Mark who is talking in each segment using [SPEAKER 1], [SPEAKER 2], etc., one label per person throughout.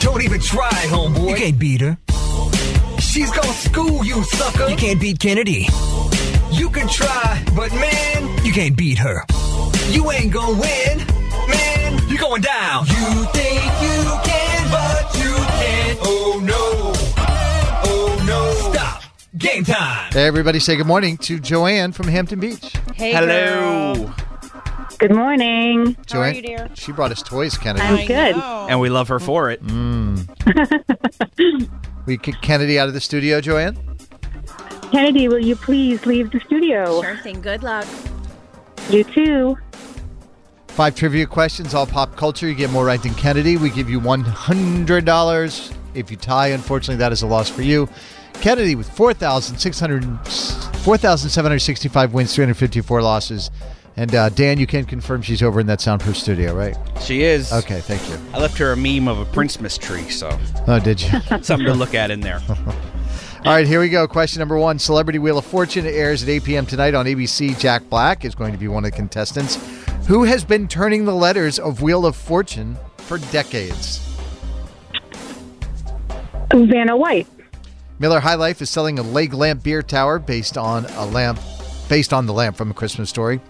[SPEAKER 1] Don't even try, homeboy.
[SPEAKER 2] You can't beat her.
[SPEAKER 1] She's gonna school you, sucker.
[SPEAKER 2] You can't beat Kennedy.
[SPEAKER 1] You can try, but man,
[SPEAKER 2] You can't beat her.
[SPEAKER 1] you ain't gonna win. Man,
[SPEAKER 2] You're going down.
[SPEAKER 1] you think you can, but you can't. Oh no. Oh no. Stop.
[SPEAKER 2] Game time.
[SPEAKER 3] Hey, everybody, say good morning to Joanne from Hampton Beach.
[SPEAKER 4] Hey,
[SPEAKER 5] Hello.
[SPEAKER 4] girl.
[SPEAKER 6] Good morning.
[SPEAKER 4] How are
[SPEAKER 3] Joanne,
[SPEAKER 4] you, dear?
[SPEAKER 3] she brought us toys, Kennedy.
[SPEAKER 6] I'm
[SPEAKER 4] I
[SPEAKER 6] good.
[SPEAKER 4] know.
[SPEAKER 5] And we love her for it.
[SPEAKER 3] we kicked Kennedy out of the studio, Joanne.
[SPEAKER 6] Kennedy, will you please leave the studio?
[SPEAKER 4] Sure thing. Good luck.
[SPEAKER 6] You too.
[SPEAKER 3] Five trivia questions, all pop culture. You get more right than Kennedy. We give you $100. If you tie, unfortunately, that is a loss for you. Kennedy with 4,600 4,765 wins, 354 losses. And uh, Dan, you can confirm she's over in that soundproof studio, right?
[SPEAKER 5] She is.
[SPEAKER 3] Okay, thank you.
[SPEAKER 5] I left her a meme of a Princemas tree, so
[SPEAKER 3] Oh, did you?
[SPEAKER 5] something to look at in there.
[SPEAKER 3] All right, here we go. Question number one Celebrity Wheel of Fortune airs at 8 p.m. tonight on ABC. Jack Black is going to be one of the contestants. Who has been turning the letters of Wheel of Fortune for decades?
[SPEAKER 6] Vanna White.
[SPEAKER 3] Miller High Life is selling a leg lamp beer tower based on a lamp, based on the lamp from A Christmas Story.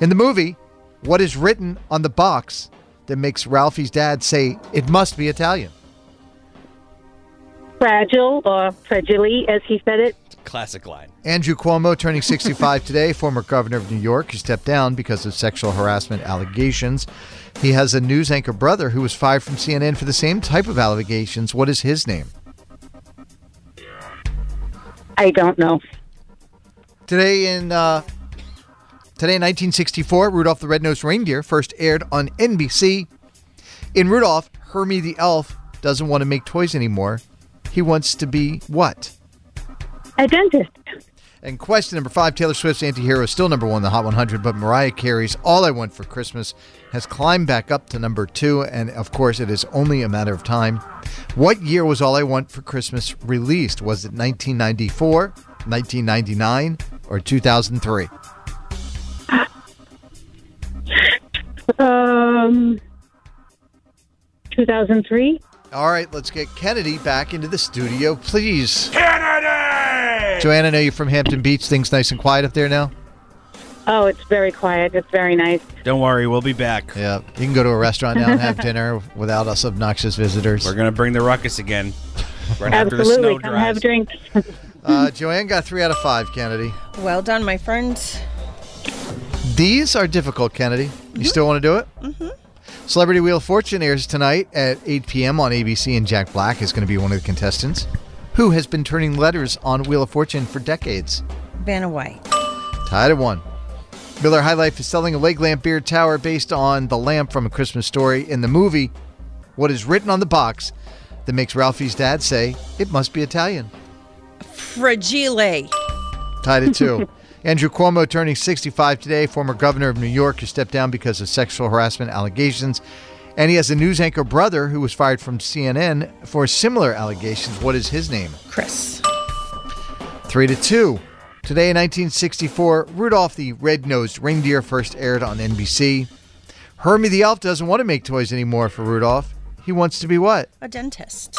[SPEAKER 3] In the movie, what is written on the box that makes Ralphie's dad say it must be Italian?
[SPEAKER 6] Fragile or fragile, as he said it.
[SPEAKER 5] Classic line.
[SPEAKER 3] Andrew Cuomo, turning 65 today, former governor of New York, who stepped down because of sexual harassment allegations. He has a news anchor brother who was fired from CNN for the same type of allegations. What is his name?
[SPEAKER 6] I don't know.
[SPEAKER 3] Today in uh, today in 1964, Rudolph the Red-Nosed Reindeer first aired on NBC. In Rudolph, Hermie the elf doesn't want to make toys anymore. He wants to be what?
[SPEAKER 6] A dentist.
[SPEAKER 3] And question number five Taylor Swift's anti hero is still number one in the Hot 100, but Mariah Carey's All I Want for Christmas has climbed back up to number two. And of course, it is only a matter of time. What year was All I Want for Christmas released? Was it 1994, 1999, or 2003?
[SPEAKER 6] Um, 2003.
[SPEAKER 3] All right, let's get Kennedy back into the studio, please. Kennedy! Joanna, I know you're from Hampton Beach. Things nice and quiet up there now?
[SPEAKER 6] Oh, it's very quiet. It's very nice.
[SPEAKER 5] Don't worry, we'll be back.
[SPEAKER 3] Yeah. You can go to a restaurant now and have dinner without us obnoxious visitors.
[SPEAKER 5] We're gonna bring the ruckus again. Right after the
[SPEAKER 6] Absolutely.
[SPEAKER 5] snow
[SPEAKER 6] Come
[SPEAKER 5] dries.
[SPEAKER 6] have drinks. Oh,
[SPEAKER 3] Uh, Joanne got three out of five, Kennedy.
[SPEAKER 4] Well done, my friend.
[SPEAKER 3] These are difficult, Kennedy. You still want to do it? Mm-hmm. Celebrity Wheel of Fortune airs tonight at 8 p.m. on ABC, and Jack Black is going to be one of the contestants. Who has been turning letters on Wheel of Fortune for decades?
[SPEAKER 4] Vanna White.
[SPEAKER 3] Tied at one. Miller High Life is selling a leg lamp beer tower based on the lamp from A Christmas Story. In the movie, what is written on the box that makes Ralphie's dad say, it must be Italian?
[SPEAKER 4] Fragile.
[SPEAKER 3] Tied at two. Andrew Cuomo turning 65 today, former governor of New York, who stepped down because of sexual harassment allegations. And he has a news anchor brother who was fired from CNN for similar allegations. What is his name?
[SPEAKER 4] Chris.
[SPEAKER 3] Three to two. Today in 1964, Rudolph the Red-Nosed Reindeer first aired on NBC. Hermie the Elf doesn't want to make toys anymore for Rudolph. He wants to be what?
[SPEAKER 4] A dentist.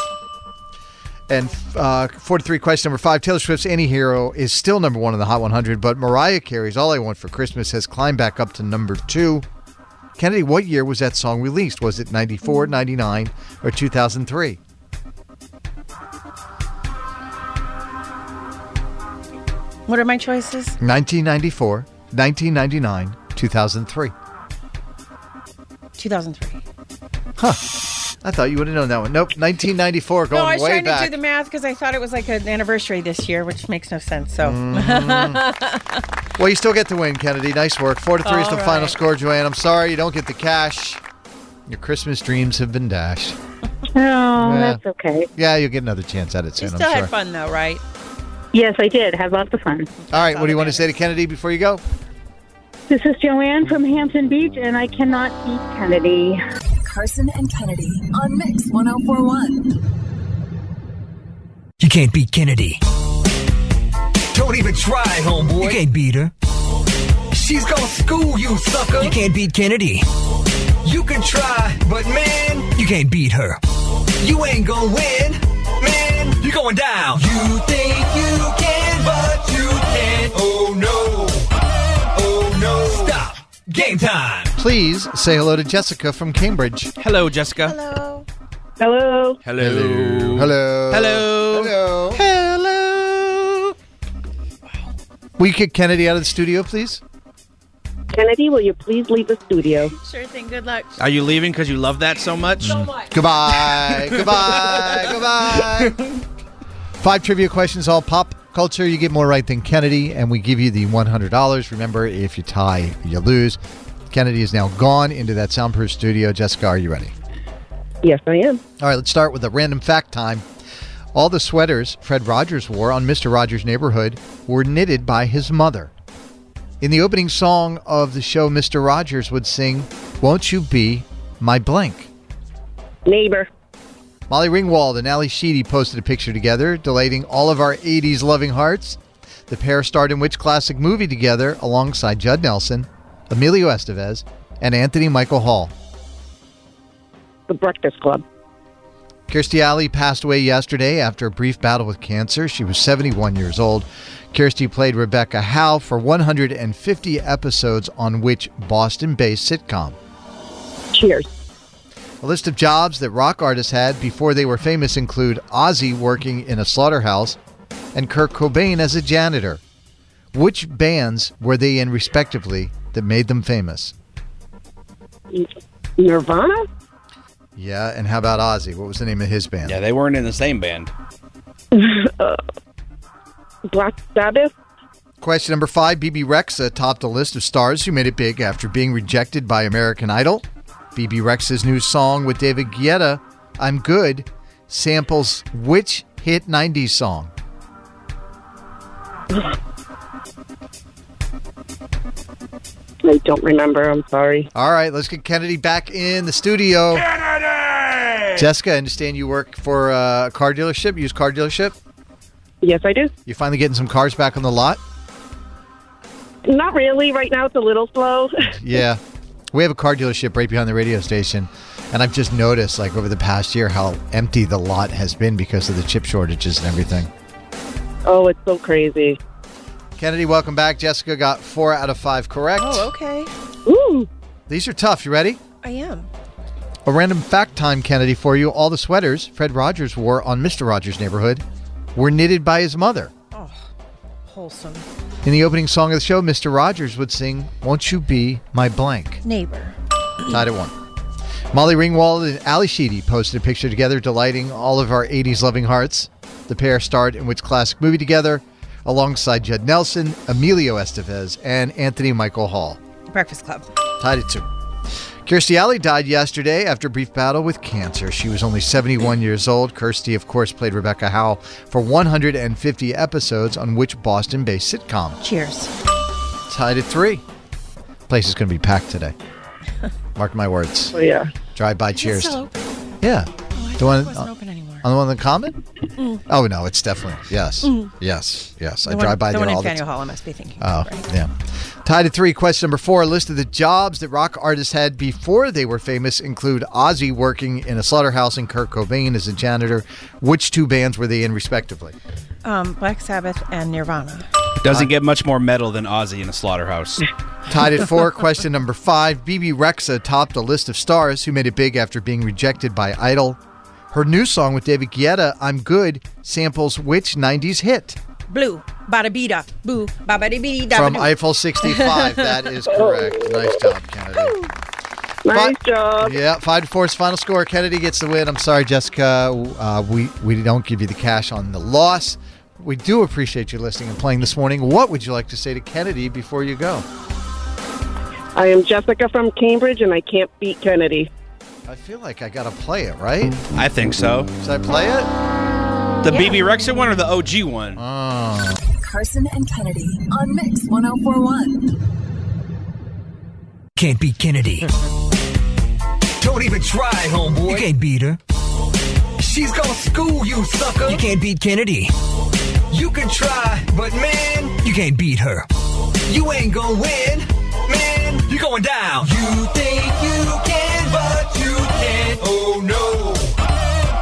[SPEAKER 3] And uh, 43 question number five Taylor Swift's Any Hero is still number one in the Hot 100, but Mariah Carey's All I Want for Christmas has climbed back up to number two. Kennedy, what year was that song released? Was it 94, 99, or 2003?
[SPEAKER 4] What are my choices?
[SPEAKER 3] 1994, 1999, 2003.
[SPEAKER 4] 2003.
[SPEAKER 3] I thought you would have known that one. Nope, 1994, going
[SPEAKER 4] no, I was
[SPEAKER 3] way
[SPEAKER 4] trying
[SPEAKER 3] back.
[SPEAKER 4] to do the math because I thought it was like an anniversary this year, which makes no sense. So
[SPEAKER 3] Mm, Well, you still get the win, Kennedy. Nice work. Four to three is the
[SPEAKER 4] All
[SPEAKER 3] final
[SPEAKER 4] right.
[SPEAKER 3] score, Joanne. I'm sorry you don't get the cash. Your Christmas dreams have been dashed.
[SPEAKER 6] Oh, that's okay.
[SPEAKER 3] Yeah, you'll get another chance at it soon.
[SPEAKER 4] you still
[SPEAKER 3] I'm sure.
[SPEAKER 4] had fun though, right?
[SPEAKER 6] Yes, I did. Had lots of fun.
[SPEAKER 3] All right, what do you want to say to Kennedy before you go?
[SPEAKER 6] This is Joanne from Hampton Beach, and I cannot beat Kennedy.
[SPEAKER 7] Carson and Kennedy on Mix 1041.
[SPEAKER 2] You can't beat Kennedy.
[SPEAKER 1] Don't even try, homeboy.
[SPEAKER 2] You can't beat her.
[SPEAKER 1] She's gonna school you, sucker.
[SPEAKER 2] You can't beat Kennedy.
[SPEAKER 1] You can try, but man,
[SPEAKER 2] You can't beat her.
[SPEAKER 1] you ain't gonna win. Man,
[SPEAKER 2] You're going down.
[SPEAKER 1] you think you can, but you can't. Oh no. Oh no. Stop.
[SPEAKER 2] Game time.
[SPEAKER 3] Please say hello to Jessica from Cambridge.
[SPEAKER 5] Hello, Jessica.
[SPEAKER 4] Hello.
[SPEAKER 6] Hello.
[SPEAKER 5] Hello.
[SPEAKER 3] Hello.
[SPEAKER 5] Hello.
[SPEAKER 3] Hello. Hello. Will you kick Kennedy out of the studio, please?
[SPEAKER 6] Kennedy, will you please leave the studio?
[SPEAKER 4] Sure thing. Good luck.
[SPEAKER 5] Are you leaving because you love that so much?
[SPEAKER 3] Goodbye. goodbye. Goodbye. Five trivia questions, all pop culture. You get more right than Kennedy, and we give you the $100. Remember, if you tie, you lose. Kennedy is now gone into that soundproof studio. Jessica, are you ready?
[SPEAKER 6] Yes, I am.
[SPEAKER 3] All right, let's start with a random fact time. All the sweaters Fred Rogers wore on Mr. Rogers' Neighborhood were knitted by his mother. In the opening song of the show, Mr. Rogers would sing, Won't You Be My Blank?
[SPEAKER 6] Neighbor.
[SPEAKER 3] Molly Ringwald and Ali Sheedy posted a picture together, delighting all of our 80s loving hearts. The pair starred in which classic movie together alongside Judd Nelson, Emilio Estevez, and Anthony Michael Hall?
[SPEAKER 6] The Breakfast Club.
[SPEAKER 3] Kirstie Alley passed away yesterday after a brief battle with cancer. She was 71 years old. Kirstie played Rebecca Howe for 150 episodes on which Boston based sitcom?
[SPEAKER 6] Cheers.
[SPEAKER 3] A list of jobs that rock artists had before they were famous include Ozzy working in a slaughterhouse and Kurt Cobain as a janitor. Which bands were they in, respectively, that made them famous?
[SPEAKER 6] Nirvana?
[SPEAKER 3] Yeah, and how about Ozzy? What was the name of his band?
[SPEAKER 5] Yeah, they weren't in the same band.
[SPEAKER 6] Black Sabbath?
[SPEAKER 3] Question number five BB Rexa topped a list of stars who made it big after being rejected by American Idol. BB Rexa's new song with David Guetta, I'm Good, samples which hit 90s song?
[SPEAKER 6] I don't remember. I'm sorry.
[SPEAKER 3] All right, let's get Kennedy back in the studio. Kennedy! Jessica, I understand you work for uh, a car dealership, used car dealership.
[SPEAKER 6] Yes, I do.
[SPEAKER 3] You're finally getting some cars back on the lot?
[SPEAKER 6] Not really. Right now, it's a little slow.
[SPEAKER 3] Yeah. We have a car dealership right behind the radio station. And I've just noticed, like, over the past year, how empty the lot has been because of the chip shortages and everything.
[SPEAKER 6] oh, it's so crazy.
[SPEAKER 3] Kennedy, welcome back. Jessica got four out of five correct.
[SPEAKER 4] Oh, okay.
[SPEAKER 6] Ooh.
[SPEAKER 3] These are tough. You ready?
[SPEAKER 4] I am.
[SPEAKER 3] A random fact time, Kennedy, for you. All the sweaters Fred Rogers wore on Mr. Rogers' Neighborhood were knitted by his mother.
[SPEAKER 4] Wholesome.
[SPEAKER 3] In the opening song of the show, Mr. Rogers would sing, Won't You Be My Blank?
[SPEAKER 4] Neighbor.
[SPEAKER 3] Tied at one. Molly Ringwald and Ali Sheedy posted a picture together, delighting all of our 80s loving hearts. The pair starred in which classic movie together? Alongside Judd Nelson, Emilio Estevez, and Anthony Michael Hall.
[SPEAKER 4] Breakfast Club.
[SPEAKER 3] Tied at two. Kirstie Alley died yesterday after a brief battle with cancer. She was only 71 years old. Kirstie, of course, played Rebecca Howell for 150 episodes on which Boston based sitcom?
[SPEAKER 4] Cheers.
[SPEAKER 3] Tied at three. Place is going to be packed today. Mark my words.
[SPEAKER 8] Oh, yeah.
[SPEAKER 3] Drive by cheers. Uh,
[SPEAKER 4] Still open. Oh,
[SPEAKER 3] Yeah. the
[SPEAKER 4] It
[SPEAKER 3] one
[SPEAKER 4] wasn't
[SPEAKER 3] on,
[SPEAKER 4] open anymore.
[SPEAKER 3] on the one in the common? Oh no, it's definitely yes, yes, yes. I
[SPEAKER 4] Mm. The
[SPEAKER 3] drive
[SPEAKER 4] one,
[SPEAKER 3] by
[SPEAKER 4] the
[SPEAKER 3] there
[SPEAKER 4] one
[SPEAKER 3] all
[SPEAKER 4] in
[SPEAKER 3] the
[SPEAKER 4] Faneuil
[SPEAKER 3] time.
[SPEAKER 4] Hall. I must be thinking.
[SPEAKER 3] Oh,
[SPEAKER 4] of, right?
[SPEAKER 3] yeah. Tied at three. Question number four. A list of the jobs that rock artists had before they were famous include Ozzy working in a slaughterhouse and Kurt Cobain as a janitor. Which two bands were they in, respectively?
[SPEAKER 4] Um, Black Sabbath and Nirvana.
[SPEAKER 5] Doesn't get much more metal than Ozzy in a slaughterhouse.
[SPEAKER 3] Tied at four. Question number five. BB Rexa topped a list of stars who made it big after being rejected by Idol. Her new song with David Guetta, "I'm Good," samples which '90s hit?
[SPEAKER 4] Blue. Bada bida. Boo. Baba di bidi.
[SPEAKER 3] From Eiffel 65. That is correct. Nice job, Kennedy.
[SPEAKER 8] Oh. Nice
[SPEAKER 3] But-
[SPEAKER 8] job.
[SPEAKER 3] Yeah, five to four's final score. Kennedy gets the win. I'm sorry, Jessica. Uh, we we don't give you the cash on the loss. We do appreciate you listening and playing this morning. What would you like to say to Kennedy before you go?
[SPEAKER 8] I am Jessica from Cambridge, and I can't beat Kennedy.
[SPEAKER 3] I feel like I gotta play it, right?
[SPEAKER 5] I think so.
[SPEAKER 3] Should I play it?
[SPEAKER 5] The BB Rexa one or the OG one?
[SPEAKER 3] Uh.
[SPEAKER 7] Carson and Kennedy on Mix 1041.
[SPEAKER 2] Can't beat Kennedy.
[SPEAKER 1] Don't even try,
[SPEAKER 2] You
[SPEAKER 1] homeboy.
[SPEAKER 2] can't beat her.
[SPEAKER 1] She's gonna school you, sucker.
[SPEAKER 2] You can't beat Kennedy.
[SPEAKER 1] You can try, but man,
[SPEAKER 2] You can't beat her.
[SPEAKER 1] you ain't gonna win. Man,
[SPEAKER 2] You're going down.
[SPEAKER 1] you think you can, but you can't. Oh no.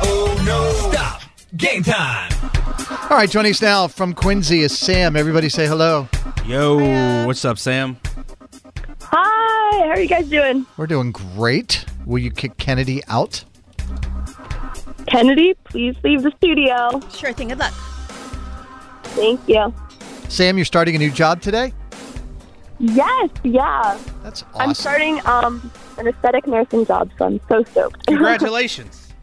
[SPEAKER 1] Oh no. Stop.
[SPEAKER 2] Game time.
[SPEAKER 3] All right, joining us now from Quincy is Sam. Everybody say hello.
[SPEAKER 5] Yo, what's up, Sam?
[SPEAKER 6] Hi, how are you guys doing?
[SPEAKER 3] We're doing great. Will you kick Kennedy out?
[SPEAKER 6] Kennedy, please leave the studio.
[SPEAKER 4] Sure thing. Good luck.
[SPEAKER 6] Thank you.
[SPEAKER 3] Sam, you're starting a new job today?
[SPEAKER 6] Yes, yeah.
[SPEAKER 3] That's awesome.
[SPEAKER 6] I'm starting um, an aesthetic nursing job, so I'm so stoked.
[SPEAKER 5] Congratulations.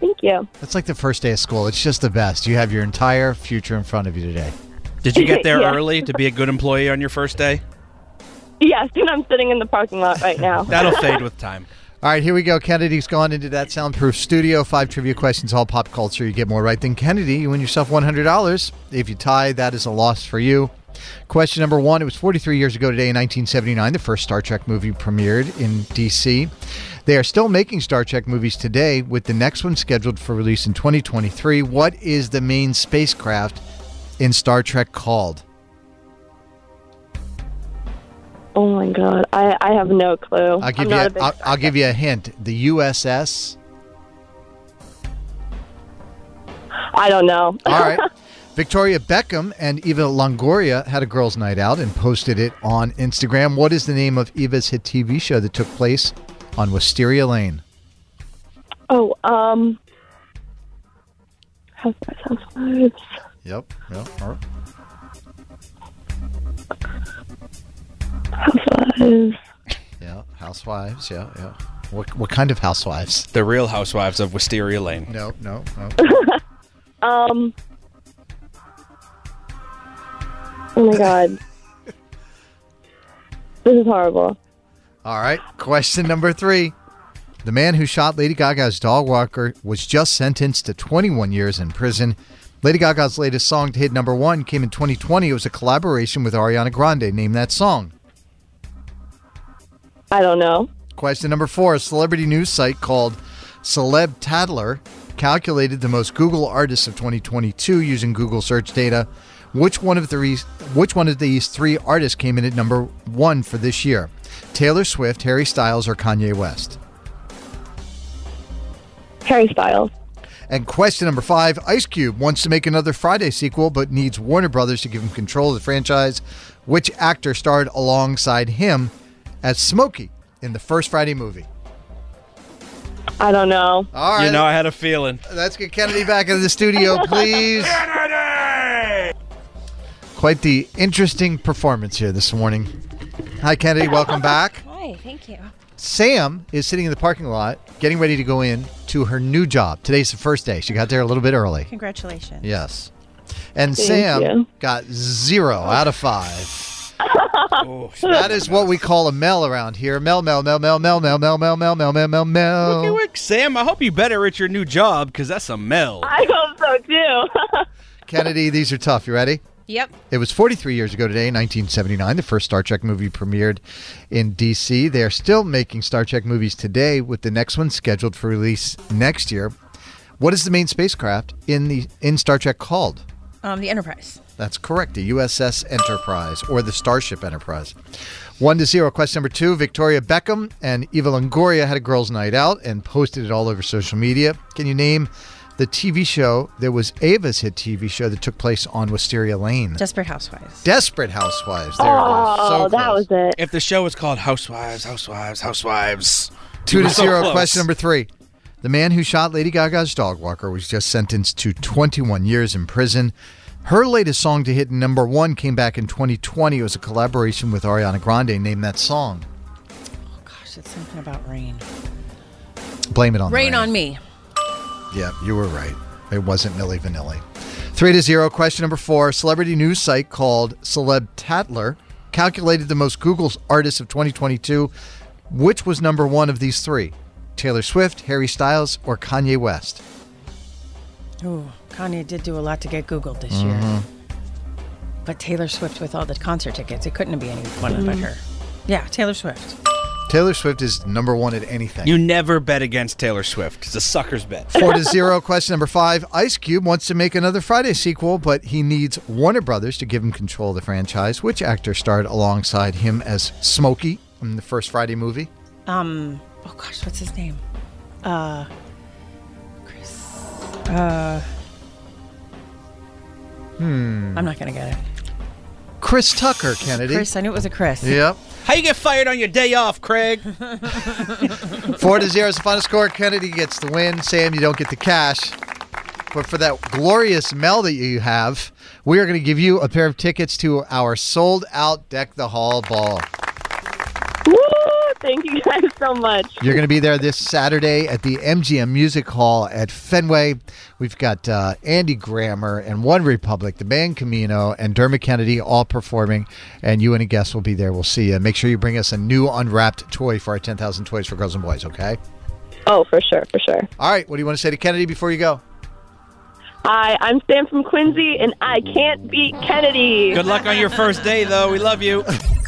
[SPEAKER 6] Thank you.
[SPEAKER 3] That's like the first day of school. It's just the best. You have your entire future in front of you today.
[SPEAKER 5] Did you get there
[SPEAKER 6] Yeah.
[SPEAKER 5] early to be a good employee on your first day?
[SPEAKER 6] Yes, and I'm sitting in the parking lot right now.
[SPEAKER 5] That'll fade with time.
[SPEAKER 3] All right, here we go. Kennedy's gone into that soundproof studio. Five trivia questions, all pop culture. You get more right than Kennedy. You win yourself $100. If you tie, that is a loss for you. Question number one It was 43 years ago today in 1979, the first Star Trek movie premiered in D.C. They are still making Star Trek movies today, with the next one scheduled for release in 2023. What is the main spacecraft in Star Trek called?
[SPEAKER 6] Oh my god, I, I have no clue.
[SPEAKER 3] I'll give
[SPEAKER 6] I'm
[SPEAKER 3] you.
[SPEAKER 6] not
[SPEAKER 3] A,
[SPEAKER 6] a big
[SPEAKER 3] I'll, I'll give you a hint. The USS.
[SPEAKER 6] I don't know.
[SPEAKER 3] All right. Victoria Beckham and Eva Longoria had a girls' night out and posted it on Instagram. What is the name of Eva's hit TV show that took place on Wisteria Lane?
[SPEAKER 6] Oh, um, how's that sound? familiar?
[SPEAKER 3] Yep. Yep. All right.
[SPEAKER 6] Is-
[SPEAKER 3] Yeah. Housewives. Yeah. Yeah. What, what kind of housewives?
[SPEAKER 5] The Real Housewives of Wisteria Lane.
[SPEAKER 3] No. No. No.
[SPEAKER 6] Um, oh my god, this is horrible.
[SPEAKER 3] All right. Question number three. The man who shot Lady Gaga's dog walker was just sentenced to 21 years in prison. Lady Gaga's latest song to hit number one came in 2020. It was a collaboration with Ariana Grande. Name that song.
[SPEAKER 6] I don't know.
[SPEAKER 3] Question number four A celebrity news site called Celeb Tattler calculated the most Google artists of 2022 using Google search data. Which one of the re- which one of these three artists came in at number one for this year? Taylor Swift, Harry Styles, or Kanye West?
[SPEAKER 6] Harry Styles.
[SPEAKER 3] And question number five Ice Cube wants to make another Friday sequel, but needs Warner Brothers to give him control of the franchise. Which actor starred alongside him as Smokey in the first Friday movie?
[SPEAKER 6] I don't know.
[SPEAKER 3] All right.
[SPEAKER 5] You know, I had a feeling.
[SPEAKER 3] Let's get Kennedy back into the studio, please. Quite the interesting performance here this morning. Hi, Kennedy. Welcome back.
[SPEAKER 4] Hi. Thank you.
[SPEAKER 3] Sam is sitting in the parking lot getting ready to go in to her new job. Today's the first day. She got there a little bit early.
[SPEAKER 4] Congratulations.
[SPEAKER 3] Yes. And
[SPEAKER 6] Thank
[SPEAKER 3] Sam
[SPEAKER 6] you.
[SPEAKER 3] got zero out of five.
[SPEAKER 5] Oh, shit.
[SPEAKER 3] That is what we call a Mel around here. Mel, Mel, Mel, Mel, Mel, Mel, Mel, Mel, Mel, Mel, Mel, Mel,
[SPEAKER 5] Hey,
[SPEAKER 3] Mel.
[SPEAKER 5] Wick, Sam, I hope you better at your new job because that's a Mel.
[SPEAKER 8] I hope so too.
[SPEAKER 3] Kennedy, these are tough. You ready?
[SPEAKER 4] Yep.
[SPEAKER 3] It was 43 years ago today, 1979. The first Star Trek movie premiered in DC. They are still making Star Trek movies today, with the next one scheduled for release next year. What is the main spacecraft in the in Star Trek called?
[SPEAKER 4] Um, the Enterprise.
[SPEAKER 3] That's correct. The USS Enterprise or the Starship Enterprise. One to zero. Question number two. Victoria Beckham and Eva Longoria had a girls' night out and posted it all over social media. Can you name the TV show that was Ava's hit TV show that took place on Wisteria Lane?
[SPEAKER 4] Desperate Housewives.
[SPEAKER 3] Desperate Housewives. There it is. So
[SPEAKER 8] oh, that
[SPEAKER 3] close.
[SPEAKER 8] was it.
[SPEAKER 5] If the show is called Housewives, Housewives, Housewives.
[SPEAKER 3] Two
[SPEAKER 5] You
[SPEAKER 3] to
[SPEAKER 5] were so
[SPEAKER 3] zero.
[SPEAKER 5] close.
[SPEAKER 3] Question number three. The man who shot Lady Gaga's dog walker was just sentenced to 21 years in prison. Her latest song to hit number one came back in 2020. It was a collaboration with Ariana Grande. Name that song.
[SPEAKER 4] Gosh, it's something about rain.
[SPEAKER 3] Blame it on the
[SPEAKER 4] Rain on me.
[SPEAKER 3] Yeah, you were right. It wasn't Millie Vanilli. Three to zero. Question number four. Celebrity news site called Celeb Tatler calculated the most Google artists of 2022. Which was number one of these three? Taylor Swift, Harry Styles, or Kanye West?
[SPEAKER 4] Ooh, Kanye did do a lot to get Googled this year. But Taylor Swift with all the concert tickets, it couldn't be anyone but her. Yeah, Taylor Swift.
[SPEAKER 3] Taylor Swift is number one at anything.
[SPEAKER 5] You never bet against Taylor Swift. It's a sucker's bet.
[SPEAKER 3] Four to zero. Question number five. Ice Cube wants to make another Friday sequel, but he needs Warner Brothers to give him control of the franchise. Which actor starred alongside him as Smokey in the first Friday movie?
[SPEAKER 4] Um, oh gosh, what's his name? Uh, Chris. Uh, hmm. I'm not gonna get it.
[SPEAKER 3] Chris Tucker, Kennedy.
[SPEAKER 4] Chris, I knew it was a Chris.
[SPEAKER 3] Yep.
[SPEAKER 5] How you get fired on your day off, Craig?
[SPEAKER 3] Four to zero is the final score. Kennedy gets the win. Sam, you don't get the cash. But for that glorious Mel that you have, we are going to give you a pair of tickets to our sold out Deck the Hall ball.
[SPEAKER 8] Woo! Thank you guys so much.
[SPEAKER 3] You're going to be there this Saturday at the MGM Music Hall at Fenway. We've got uh, Andy Grammer and One Republic, the band Camino, and Dermot Kennedy all performing. And you and a guest will be there. We'll see you. Make sure you bring us a new unwrapped toy for our 10,000 Toys for Girls and Boys, okay?
[SPEAKER 8] Oh, for sure, for sure.
[SPEAKER 3] All right. What do you want to say to Kennedy before you go?
[SPEAKER 8] Hi, I'm Sam from Quincy, and I can't beat Kennedy.
[SPEAKER 5] Good luck on your first day, though. We love you.